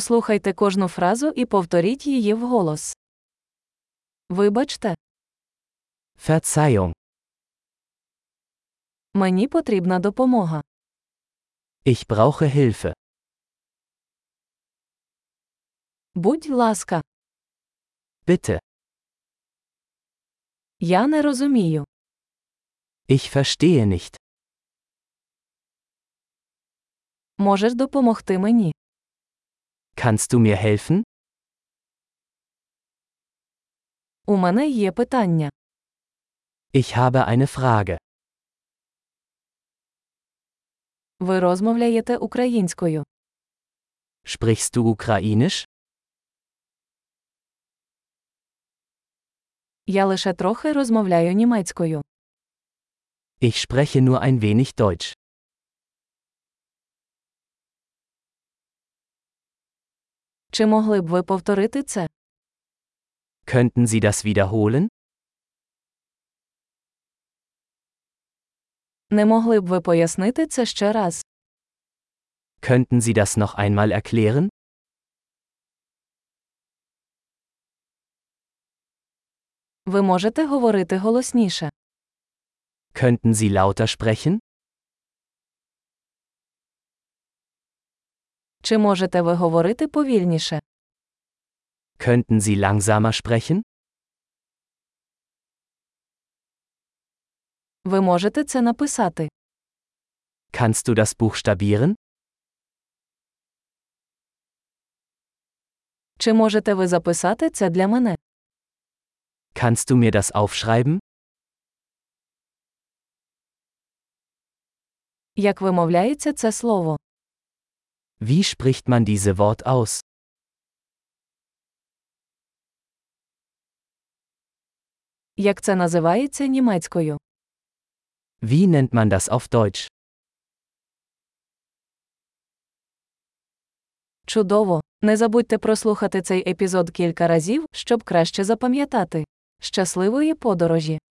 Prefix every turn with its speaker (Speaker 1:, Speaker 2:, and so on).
Speaker 1: Послухайте кожну фразу і повторіть її вголос. Вибачте,
Speaker 2: Verzeihung,
Speaker 1: мені потрібна допомога.
Speaker 2: ich brauche Hilfe.
Speaker 1: Будь ласка,
Speaker 2: Bitte,
Speaker 1: я не розумію.
Speaker 2: ich verstehe nicht.
Speaker 1: Можеш допомогти мені?
Speaker 2: Kannst du mir helfen?
Speaker 1: У мене є питання.
Speaker 2: Ich habe eine Frage.
Speaker 1: Ви розмовляєте українською.
Speaker 2: Sprichst du Ukrainisch?
Speaker 1: Я лише трохи розмовляю німецькою.
Speaker 2: Ich spreche nur ein wenig Deutsch.
Speaker 1: Чи могли б ви повторити це?
Speaker 2: Könnten Sie das wiederholen?
Speaker 1: Не могли б ви пояснити це ще раз?
Speaker 2: Könnten Sie das noch einmal erklären?
Speaker 1: Ви можете говорити голосніше.
Speaker 2: Könnten Sie lauter sprechen?
Speaker 1: Чи можете ви говорити повільніше?
Speaker 2: Könnten Sie langsamer sprechen?
Speaker 1: Ви можете це написати.
Speaker 2: Kannst du das buchstabieren?
Speaker 1: Чи можете ви записати це для мене?
Speaker 2: Kannst du mir das aufschreiben?
Speaker 1: Як вимовляється це слово?
Speaker 2: Wie spricht man diese Wort aus?
Speaker 1: Як це називається німецькою?
Speaker 2: Wie nennt man das auf Deutsch?
Speaker 1: Чудово! Не забудьте прослухати цей епізод кілька разів, щоб краще запам'ятати. Щасливої подорожі!